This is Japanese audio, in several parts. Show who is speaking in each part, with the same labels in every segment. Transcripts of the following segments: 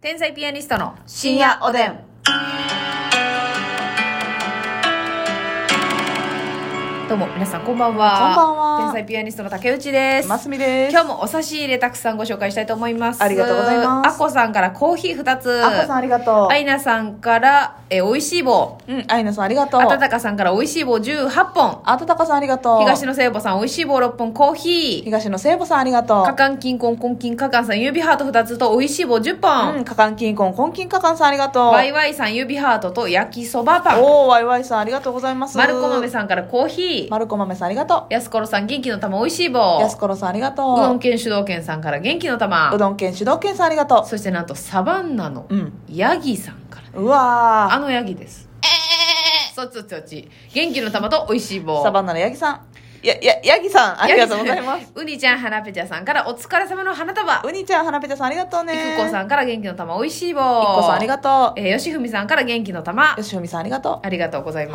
Speaker 1: 天才ピアニストの
Speaker 2: 深夜おでん。
Speaker 1: どうも皆さんこんばんは
Speaker 2: こんばんは
Speaker 1: 天才ピアニストの竹内です
Speaker 2: ますみです。
Speaker 1: 今日もお差し入れたくさんご紹介したいと思います
Speaker 2: ありがとうございます
Speaker 1: あこさんからコーヒー2つ
Speaker 2: あこさんありがとう。
Speaker 1: アイナさんからえおいしい棒
Speaker 2: うん、アイナさんありがとう。
Speaker 1: あたたかさんからおいしい棒18本
Speaker 2: あたたかさんありがとう。
Speaker 1: 東野聖母さんおいしい棒6本コーヒー
Speaker 2: 東野聖母さんありがと
Speaker 1: かかんきんこんこんきんかかんさん指ハート2つとおいしい棒10
Speaker 2: う。うん、
Speaker 1: 本
Speaker 2: かかんきんこん、こんきんかかんさんありがとう。
Speaker 1: わいわいさん指ハートと焼きそばパン
Speaker 2: おー、わいわいさんありがとうございます。
Speaker 1: まるこまめさんからコーヒー
Speaker 2: まるこまめさんありがと。
Speaker 1: やすころさん元気の玉おいしいう棒
Speaker 2: やすころさんありがとう。
Speaker 1: うどん県主導権さんから元気の玉
Speaker 2: うどん県主導権さんありがと
Speaker 1: そしてなんとサバンナの
Speaker 2: う。うん。
Speaker 1: ヤギさんから
Speaker 2: うわ
Speaker 1: あのヤギですそっちそっちそっち元気の玉とおいしい
Speaker 2: ー。
Speaker 1: 棒
Speaker 2: サバンナのヤギさん。や、や、ヤギさん、ありがとうございます。
Speaker 1: うにちゃんはなぺちゃさんからお疲れ様の花束いく
Speaker 2: うにちゃん、はなぺちゃさんありがとうね。
Speaker 1: こさんから元気の玉おいしい棒い
Speaker 2: いっこさんありがと
Speaker 1: えーよしふみさんから元気の玉
Speaker 2: う。よしふみさんありがと
Speaker 1: ありがとうございます。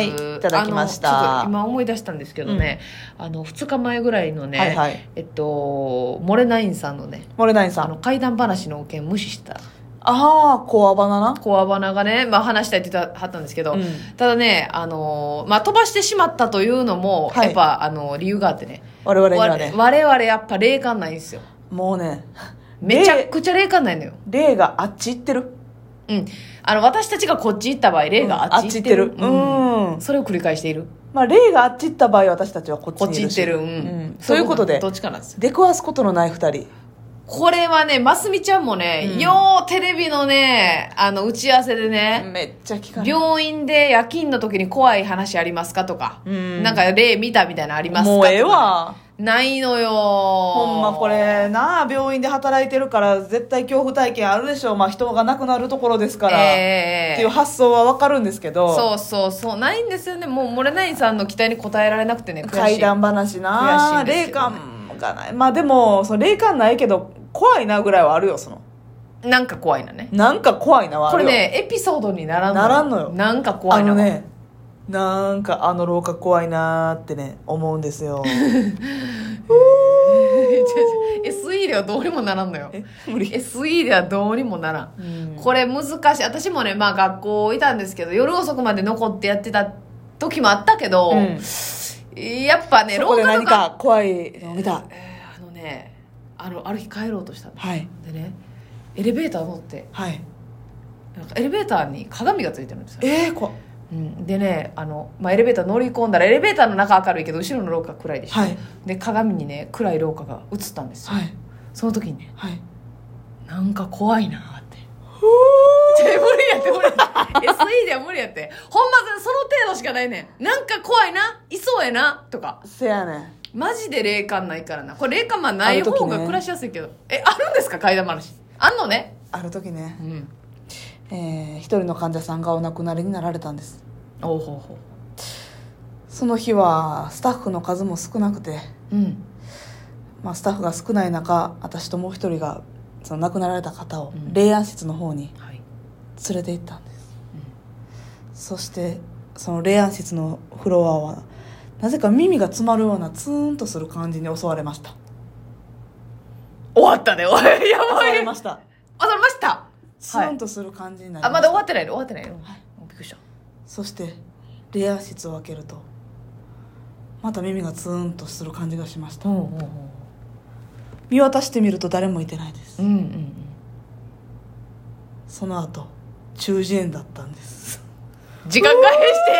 Speaker 2: はーいいただきました
Speaker 1: あのちょっと今思い出したんですけどね、あの、2日前ぐらいの
Speaker 2: う。
Speaker 1: ね、
Speaker 2: はいはい。
Speaker 1: えっと、モレナインさんのね、
Speaker 2: モレナインさ
Speaker 1: あ
Speaker 2: ん。
Speaker 1: の、怪談話の件無視した
Speaker 2: あー、コアバナナ。
Speaker 1: コアバナがね、まあ、話したいって言ってはったんですけど、
Speaker 2: うん
Speaker 1: ただね、あのーまあ、飛ばしてしまったというのも、
Speaker 2: はい
Speaker 1: やっぱ、あのー理由があってね
Speaker 2: 我々にはね。
Speaker 1: 我々やっぱ霊感ないんですよ
Speaker 2: もうね、
Speaker 1: めちゃくちゃ霊感ないのよ、
Speaker 2: 霊があっち行ってる。
Speaker 1: うん、あの私たちがこっち行った場合霊があっち行ってる,、
Speaker 2: うんあっち行ってるうん
Speaker 1: それを繰り返している
Speaker 2: まあ、霊があっち行った場合、私たちはこっち
Speaker 1: こっ
Speaker 2: に
Speaker 1: ち
Speaker 2: い
Speaker 1: 行
Speaker 2: る
Speaker 1: っ
Speaker 2: して
Speaker 1: る、うん
Speaker 2: んそういうことで
Speaker 1: ど、っちかなんですよ
Speaker 2: 出くわすことのない二人。
Speaker 1: これはねますみちゃんもね、
Speaker 2: うん
Speaker 1: ようテレビのねあの打ち合わせでね、
Speaker 2: めっちゃ聞かれる。
Speaker 1: 病院で夜勤の時に怖い話ありますかとか、
Speaker 2: うん
Speaker 1: なんか霊見たみたいなのありますか
Speaker 2: もうええ
Speaker 1: とかね
Speaker 2: わ。
Speaker 1: ないのよ
Speaker 2: ほ
Speaker 1: ほ
Speaker 2: んまこれなあ病院で働いてるから絶対恐怖体験あるでしょう、まあ、人が亡くなるところですから、
Speaker 1: え
Speaker 2: って
Speaker 1: え
Speaker 2: いう発想はわかるんですけど
Speaker 1: そうそうそうないんですよねもうモレナインさんの期待に応えられなくてね悔し
Speaker 2: 怪
Speaker 1: い
Speaker 2: 談話
Speaker 1: 悔
Speaker 2: な
Speaker 1: しいんです
Speaker 2: 霊
Speaker 1: けどね
Speaker 2: 感がないまあでもその霊感ないけど怖いなぐらいはあるよその
Speaker 1: なんか怖いなね
Speaker 2: なんか怖いなはあ
Speaker 1: こ
Speaker 2: る
Speaker 1: れ
Speaker 2: よ
Speaker 1: ねエピソードにならん
Speaker 2: ならんのよ
Speaker 1: なんか怖いな
Speaker 2: あ のねなんかあの廊下怖いなーってね思うんで すよ
Speaker 1: 違う違う SE ではどうにもならんのよ
Speaker 2: え無理
Speaker 1: SE ではどうにもならんこれ難しい私もねまあ学校いたんですけど夜遅くまで残ってやってた時もあったけど、
Speaker 2: うん
Speaker 1: やっぱね
Speaker 2: そこで
Speaker 1: 廊
Speaker 2: 何
Speaker 1: 下と
Speaker 2: か怖いのを見た
Speaker 1: えーあのねあのある日帰ろうとしたの
Speaker 2: はい
Speaker 1: でねエレベーター乗って
Speaker 2: はい
Speaker 1: なんかエレベーターに鏡がついてるんですよ、
Speaker 2: えー、怖
Speaker 1: うん、でねあの、まあ、エレベーター乗り込んだらエレベーターの中明るいけど後ろの廊下暗いでしょ、
Speaker 2: はい
Speaker 1: で鏡にね暗い廊下が映ったんですよ、
Speaker 2: はい
Speaker 1: その時にね
Speaker 2: はい
Speaker 1: なんか怖いなーって じゃ無理やって無理やって SE では無理やってほんまその程度しかないねんなんか怖いないそうやなとか
Speaker 2: せやねん
Speaker 1: マジで霊感ないからなこれ霊感まあない方
Speaker 2: ある時
Speaker 1: が
Speaker 2: ね
Speaker 1: 暮らしやすいけど、えあるんですか怪談話あんのね
Speaker 2: ある時ね
Speaker 1: うん
Speaker 2: えー一人の患者さんがお亡くなりになられたんです
Speaker 1: おうほうほ
Speaker 2: その日はスタッフの数も少なくて、
Speaker 1: ううん
Speaker 2: まあ、スタッフが少ない中私ともう一人がその亡くなられた方を
Speaker 1: うん
Speaker 2: 霊安室の方に
Speaker 1: はい
Speaker 2: 連れて行ったんです、そしてその霊安室のフロアはなぜか耳が詰まるようなツーンとする感じに襲われました
Speaker 1: 終わったねおいや
Speaker 2: 襲
Speaker 1: ば
Speaker 2: わ
Speaker 1: い
Speaker 2: れました
Speaker 1: あ、それました。
Speaker 2: ツーンとする感じになり
Speaker 1: あ、
Speaker 2: ま
Speaker 1: まだ
Speaker 2: した、
Speaker 1: 終わってないの終わってないの。
Speaker 2: はい
Speaker 1: びっくりした。
Speaker 2: そして霊安室を開けるとまた耳がツーンとする感じがしました
Speaker 1: うんうんうん。
Speaker 2: 見渡してみると誰もいてないです
Speaker 1: うんうんうん。
Speaker 2: その後中耳炎だったんです
Speaker 1: 時間返して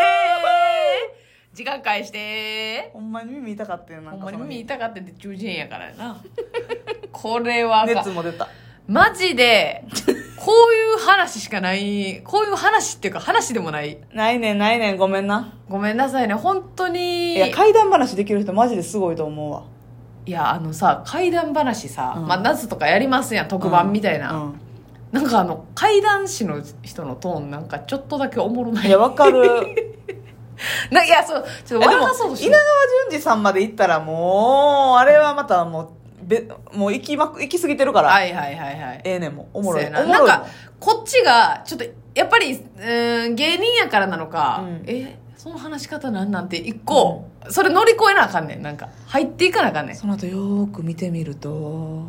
Speaker 1: 時間返して
Speaker 2: ほんまに耳痛かったよな
Speaker 1: ほ
Speaker 2: ん
Speaker 1: ん
Speaker 2: か
Speaker 1: まに耳
Speaker 2: 痛
Speaker 1: 痛がってて中耳炎やからやな。 これはあかん
Speaker 2: 熱も出た
Speaker 1: マジで、こういう話しかない、こういう話っていうか話でもない。
Speaker 2: ないねんないねんごめんな
Speaker 1: ごめんなさいね、本当に。
Speaker 2: いや怪談話できる人マジですごいと思うわ
Speaker 1: いや、あのさ、怪談話さ、
Speaker 2: うん
Speaker 1: まあ、夏とかやりますやん、特番みたいな。
Speaker 2: うん
Speaker 1: なんかあの、怪談師の人のトーンなんかちょっとだけおもろないい
Speaker 2: やわかるえ
Speaker 1: ないや、そう、ちょっ
Speaker 2: で
Speaker 1: と
Speaker 2: も
Speaker 1: 笑かそうとして
Speaker 2: 稲川淳二さんまで行ったらもうあれはまたもうべもう行きまく行き過ぎてるから、
Speaker 1: はいはいはいはい。
Speaker 2: ええねんもんおもろい
Speaker 1: そう
Speaker 2: お
Speaker 1: やな
Speaker 2: もろい
Speaker 1: なんか、こっちが、ちょっと、やっぱり、うーん、芸人やからなのか、
Speaker 2: うん
Speaker 1: え、その話し方なんなんて一個、それ乗り越えなあかんねん。なんか、入っていかなあかんねん。
Speaker 2: その後よーく見てみると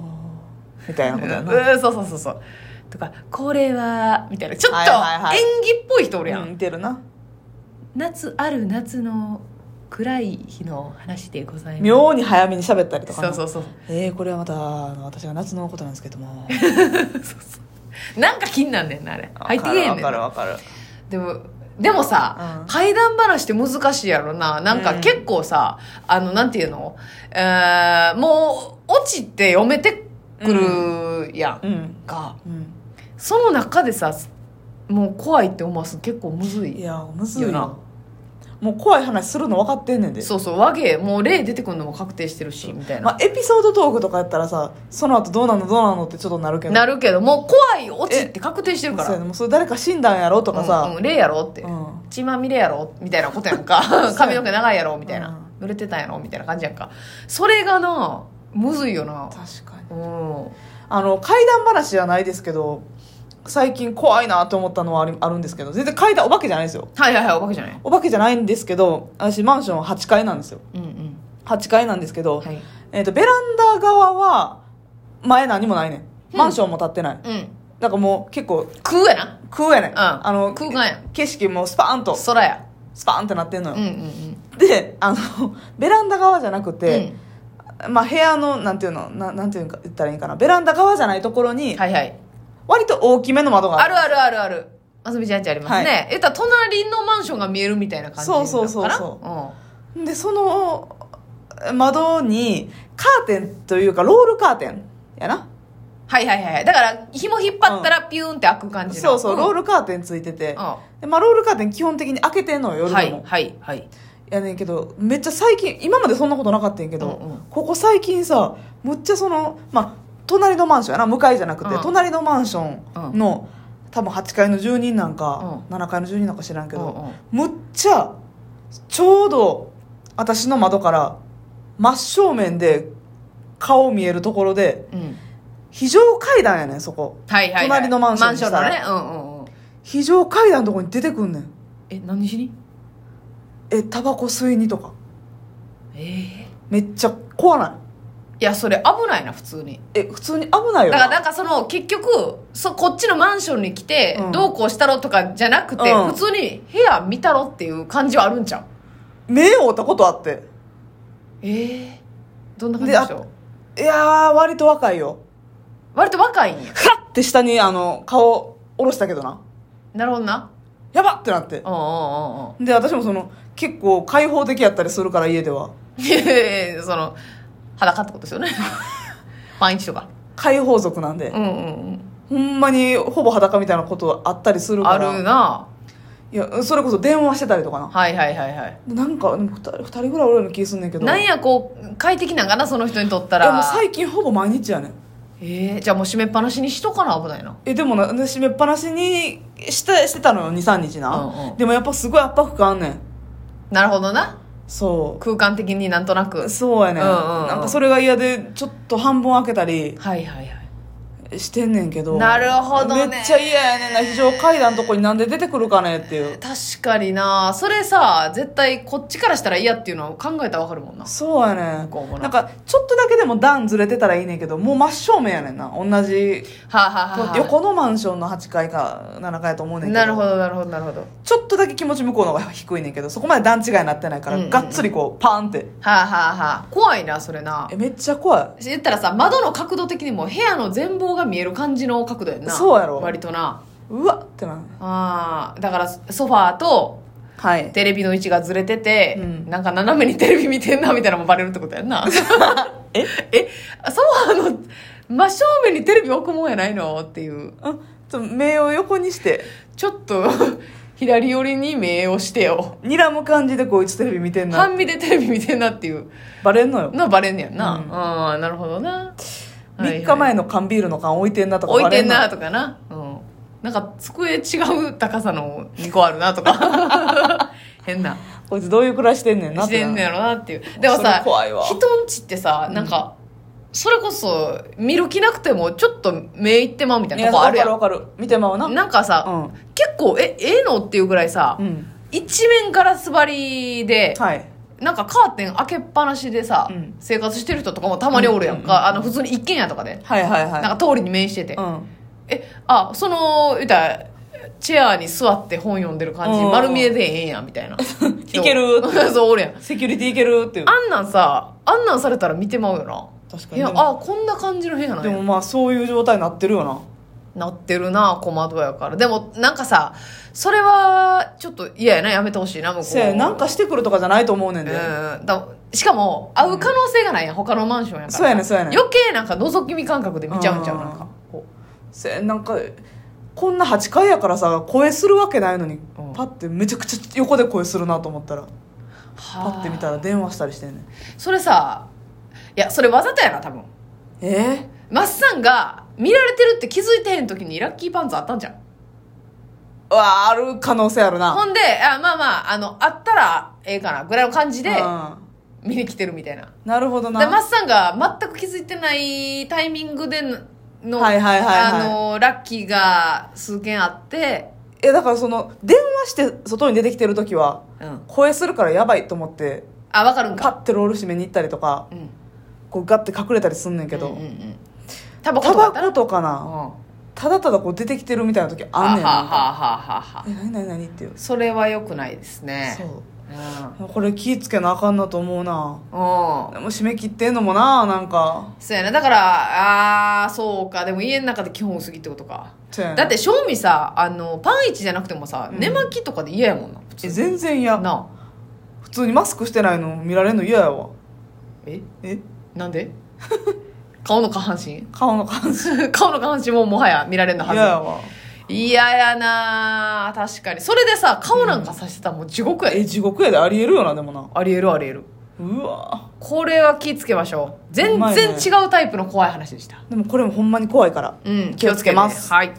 Speaker 2: みたいなことやな
Speaker 1: うんそうそうそうそう。とか「これは」みたいなちょっ
Speaker 2: はい
Speaker 1: と
Speaker 2: はいはい
Speaker 1: 演技っぽい人おるやん、
Speaker 2: うん、似てるな
Speaker 1: 夏ある夏の暗い日の話でございます
Speaker 2: 妙に早めに喋ったりと
Speaker 1: そ
Speaker 2: かな
Speaker 1: うそうそう
Speaker 2: えー、これはまたあの私が夏のことなんですけど も
Speaker 1: なんか気になんねんなあれ入ってけえへんねん
Speaker 2: わかるわかるわか
Speaker 1: でもでもさ、
Speaker 2: うん
Speaker 1: 怪談話って難しいやろななんか
Speaker 2: うん
Speaker 1: 結構さ、あのなんていうの、えー、もう落ちて読めてくるやん、
Speaker 2: るうん
Speaker 1: か
Speaker 2: うん
Speaker 1: その中でさもう怖いって思わすの結構むず
Speaker 2: い
Speaker 1: い
Speaker 2: やむずい
Speaker 1: よ
Speaker 2: よ
Speaker 1: な
Speaker 2: なもう怖い話するの分かってんねんで
Speaker 1: そうそう和芸もう例出てくるのも確定してるしみたいな、
Speaker 2: まあ、エピソードトークとかやったらさその後どうなのどうなのってちょっとなるけど
Speaker 1: なるけどもう怖い落ちって確定してるか
Speaker 2: そうや
Speaker 1: ら
Speaker 2: ねもうそれ誰か死んだんやろとか
Speaker 1: うん
Speaker 2: さ、
Speaker 1: うん、例やろって、
Speaker 2: うん
Speaker 1: 血まみれやろみたいなことやん か髪の毛長いやろみたいな、濡れてたんやろみたいな感じやんかそれがなむずいよな
Speaker 2: 確かに
Speaker 1: うん
Speaker 2: あの怪談話じゃないですけど最近怖いなと思ったのはありあるんですけど全然怪談お化けじゃないですよ
Speaker 1: はいはいはいお化けじゃない
Speaker 2: お化けじゃないんですけど私マンション8階なんですよ
Speaker 1: うんうん
Speaker 2: 8階なんですけど、
Speaker 1: はい
Speaker 2: えっとベランダ側は前何もないねんマンションも建ってない、
Speaker 1: うん
Speaker 2: なんかもう結構
Speaker 1: 空やな
Speaker 2: 空やねん、
Speaker 1: うん
Speaker 2: あの
Speaker 1: 空間や
Speaker 2: 景色もスパーンと
Speaker 1: 空や
Speaker 2: スパーンってなってんのよ
Speaker 1: うん、うんうん
Speaker 2: であのベランダ側じゃなくて、
Speaker 1: う
Speaker 2: まあ、部屋のなんていうのななんていうんか言ったらいいんかなベランダ側じゃないところに
Speaker 1: んはいはい
Speaker 2: 割と大きめの窓が
Speaker 1: あ
Speaker 2: ある
Speaker 1: るあるあるある遊びちゃんちありますね、
Speaker 2: は
Speaker 1: 言ったら隣のマンションが見えるみたいな感じなのかな、
Speaker 2: そうそうそうそう
Speaker 1: ん、は
Speaker 2: でその窓にカーテンというかロールカーテンやない
Speaker 1: はいはいはいだから紐引っ張ったらピューンって開く感じの
Speaker 2: そうそう、ロー
Speaker 1: ル
Speaker 2: ルカーテンついてて、
Speaker 1: う
Speaker 2: でまあ、ロールカーテン基本的に開けてんのよ夜
Speaker 1: ん
Speaker 2: でも、
Speaker 1: はいはいはい
Speaker 2: やねんけどめっちゃ最近今までそんなことなかったんやけど、
Speaker 1: うんうん
Speaker 2: ここ最近さむっちゃそのまあ隣のマンションやな向かいじゃなくて、
Speaker 1: うん
Speaker 2: 隣のマンションの、多分8階の住人なんか、
Speaker 1: う
Speaker 2: 7階の住人なんか知らんけど、
Speaker 1: うん
Speaker 2: むっちゃちょうど私の窓から真正面で顔見えるところで
Speaker 1: うんうん
Speaker 2: 非常階段やねんそこ
Speaker 1: はいはいはい、
Speaker 2: 隣のマンションにしたら
Speaker 1: マンションのねうんうんうん
Speaker 2: 非常階段のとこに出てくんねん
Speaker 1: え何しに
Speaker 2: えタバコ吸いにとか
Speaker 1: ええ
Speaker 2: めっちゃ怖な
Speaker 1: い
Speaker 2: い
Speaker 1: やそれ危ないな普通に
Speaker 2: え普通に危な
Speaker 1: だ
Speaker 2: いよ
Speaker 1: か
Speaker 2: な
Speaker 1: らなんかその結局そこっちのマンションに来て、
Speaker 2: うん
Speaker 1: どうこうしたろとかじゃなくて、
Speaker 2: うん
Speaker 1: 普通に部屋見たろっていう感じはあるんちゃう
Speaker 2: 目を追ったことあって
Speaker 1: ええどんな感じでしょう
Speaker 2: いやー割と若いよ
Speaker 1: 割と若いんや
Speaker 2: ふらって下にあの顔下ろしたけどな
Speaker 1: なるほどな
Speaker 2: やばってなって
Speaker 1: うんうんうんうん
Speaker 2: で私もその結構開放的やったりするから家ではい
Speaker 1: やいやい やその裸ってことですよね パンイチとか
Speaker 2: 開放族なんで、
Speaker 1: うんうん
Speaker 2: ほんまにほぼ裸みたいなことあったりす
Speaker 1: う
Speaker 2: る
Speaker 1: ん
Speaker 2: か
Speaker 1: あ
Speaker 2: ら
Speaker 1: るない
Speaker 2: やそれこそ電話してたりとかな
Speaker 1: はいはいはいはい
Speaker 2: なんかでも 2, 人ぐらいおるような気すんねんけど
Speaker 1: なんやこう快適なんかなその人にとった
Speaker 2: いやもう
Speaker 1: ら
Speaker 2: 最近ほぼ毎日やねん
Speaker 1: えー、じゃあもう閉めっぱなしにしとかな危ないな
Speaker 2: えでもなで閉めっぱなしにしてしてたのよ23日な、
Speaker 1: うんうん
Speaker 2: でもやっぱすごい圧迫感あんねん
Speaker 1: なるほどな
Speaker 2: そう
Speaker 1: 空間的になんとなくはい
Speaker 2: そうやね、
Speaker 1: うんうんうん
Speaker 2: なんかそれが嫌でちょっと半分開けたり
Speaker 1: はいはい
Speaker 2: してんねんけど
Speaker 1: なるほどね
Speaker 2: めっちゃ嫌やねんな非常階段のとこになんで出てくるかねっていう
Speaker 1: 確かになそれさ絶対こっちからしたら嫌っていうのを考えたらわかるもんな
Speaker 2: そうやね
Speaker 1: こうも
Speaker 2: ん
Speaker 1: な
Speaker 2: なんかちょっとだけでも段ずれてたらいいねんけどもう真正面やねんな同じ
Speaker 1: はあ、はあはあはあ、
Speaker 2: 横のマンションの8階か7階やと思うねんけど
Speaker 1: なるほどなるほどなるほどは
Speaker 2: ちょっとだけ気持ち向こうの方が低いねんけどそこまで段違いになってないから、
Speaker 1: うんうんうん
Speaker 2: がっつりこうパーンって
Speaker 1: あ、はあはあ、怖いなそれな
Speaker 2: えめっちゃ怖
Speaker 1: 言ったらさ窓の角度的にも部屋の全貌が見える感じの角度やんな
Speaker 2: そうやろ
Speaker 1: 割とな
Speaker 2: いうわってな
Speaker 1: あーだからソファーと
Speaker 2: はい
Speaker 1: テレビの位置がずれてて、
Speaker 2: うん
Speaker 1: なんか斜めにテレビ見てんなみたいなのもバレるってことやんな
Speaker 2: え
Speaker 1: えソファーの真正面にテレビ置くもんやないのっていう
Speaker 2: うんちょっと目を横にして
Speaker 1: ちょっと 左寄りに目をしてよ
Speaker 2: 睨む感じでこういつテレビ見てんな
Speaker 1: 半身でテレビ見てんなっていう
Speaker 2: バレんのよ
Speaker 1: のはバレんねやんな、
Speaker 2: うん
Speaker 1: ああなるほどな
Speaker 2: 3日前
Speaker 1: の
Speaker 2: の缶ビールの缶置いてんなとか
Speaker 1: 置い
Speaker 2: バレ
Speaker 1: てん
Speaker 2: んの
Speaker 1: なとかな、うん、なんか机違う高さの2個あるなと か変な
Speaker 2: こいつどういう暮らししてんねんな
Speaker 1: し
Speaker 2: って
Speaker 1: てんねやろなっていうでも
Speaker 2: そ
Speaker 1: さ
Speaker 2: れ怖いわ
Speaker 1: 人んちってさなんか、それこそ見る気なくてもちょっと目いってまうみたい
Speaker 2: い
Speaker 1: な
Speaker 2: や
Speaker 1: とこあ
Speaker 2: わ
Speaker 1: る
Speaker 2: か
Speaker 1: や
Speaker 2: るわかる見てまうなん
Speaker 1: なんかさ、
Speaker 2: うん
Speaker 1: 結構えええのっていうぐらいさ、
Speaker 2: うん
Speaker 1: 一面ガラス張りで、
Speaker 2: はい
Speaker 1: なんかカーテン開けっぱなしでさ、
Speaker 2: うん
Speaker 1: 生活してる人とかもたまにおるやんか、あの普通に一軒家とかで、
Speaker 2: はいはいは
Speaker 1: なんか通りに面してて、
Speaker 2: いうん
Speaker 1: えあその言うたらチェアに座って本読んでる感じ
Speaker 2: うん
Speaker 1: 丸見えでええんやみ たいな
Speaker 2: いける
Speaker 1: 人そう おるやん
Speaker 2: セキュリティいけるっていう
Speaker 1: あんなんさあんなんされたら見てまうよな
Speaker 2: 確か
Speaker 1: 部
Speaker 2: に
Speaker 1: 屋
Speaker 2: でも
Speaker 1: あこんな感じの部屋なん
Speaker 2: で
Speaker 1: や
Speaker 2: もまあそういう状態になってるよな
Speaker 1: なってるな小窓やからでもなんかさそれはちょっと嫌やなやめてほしいな向こう
Speaker 2: せやなんかしてくるとかじゃないと思うねんで、
Speaker 1: うんだしかも会う可能性がないやん、他のマンションやから
Speaker 2: そうやねんそうやねん
Speaker 1: 余計なんか覗き見感覚で見ちゃうんちゃう
Speaker 2: うん
Speaker 1: なんかこ
Speaker 2: せやなんかこんな8階やからさ声するわけないのに、
Speaker 1: うん
Speaker 2: パッてめちゃくちゃ横で声するなと思ったら
Speaker 1: う
Speaker 2: パッて見た
Speaker 1: はあ
Speaker 2: ら電話したりしてんねん
Speaker 1: それさいやそれわざとやな多分
Speaker 2: え
Speaker 1: マッサンが見られてるって気づいてへん時にラッキーパンツあったんじゃん
Speaker 2: ー、うわある可能性あるな
Speaker 1: ほんであまあまああのあったらええかなぐらいの感じで
Speaker 2: うん
Speaker 1: 見に来てるみたいな
Speaker 2: なるほど
Speaker 1: でマッ
Speaker 2: な
Speaker 1: サンが全く気づいてないタイミングでの、
Speaker 2: はいはいはいはい
Speaker 1: あのラッキーが数件あって、
Speaker 2: えだからその電話して外に出てきてる時は
Speaker 1: うん、
Speaker 2: 声するからやばいと思って
Speaker 1: あ分かるん
Speaker 2: パ
Speaker 1: か、
Speaker 2: ッてロール閉めに行ったりとか
Speaker 1: うん、
Speaker 2: こうガッて隠れたりすんねんけど、
Speaker 1: うんうんうんタバコ
Speaker 2: タ
Speaker 1: とかやっ
Speaker 2: バ
Speaker 1: たら
Speaker 2: コとか
Speaker 1: う
Speaker 2: な、
Speaker 1: んは
Speaker 2: ただただこう出てきてるみたいな時
Speaker 1: あ
Speaker 2: あんねん
Speaker 1: はあ
Speaker 2: なん
Speaker 1: はあ
Speaker 2: か
Speaker 1: はあはあはあ
Speaker 2: え何何何っていう
Speaker 1: それは良くないですね
Speaker 2: そう
Speaker 1: うん、
Speaker 2: これ気ぃつけなあかんなと思うな
Speaker 1: うん
Speaker 2: でも締め切ってんのもななんか
Speaker 1: そうやなだからああそうかでも家の中で基本薄着ってことか
Speaker 2: そうやねん
Speaker 1: だって正味さあのパンイチじゃなくてもさ、
Speaker 2: うん
Speaker 1: 寝巻きとかで嫌やもんな普
Speaker 2: え
Speaker 1: 通
Speaker 2: 全然嫌
Speaker 1: なあ
Speaker 2: 普通にマスクしてないの見られるの嫌やわ
Speaker 1: え
Speaker 2: え
Speaker 1: なんで顔の下半身
Speaker 2: 顔の感じ
Speaker 1: 顔の下半身ももはや見られるのは
Speaker 2: 嫌
Speaker 1: ず
Speaker 2: やわ
Speaker 1: 嫌やなあ確かにそれでさ顔なんかさしてたらもう地獄やで、
Speaker 2: え地獄やでありえるよなでもな
Speaker 1: ありえるありえる
Speaker 2: うわ
Speaker 1: これは気ぃつけましょう全
Speaker 2: うまい
Speaker 1: 然
Speaker 2: ね
Speaker 1: 違うタイプの怖い話でした
Speaker 2: でもこれもほんまに怖いから
Speaker 1: うん
Speaker 2: 気をつけます
Speaker 1: はい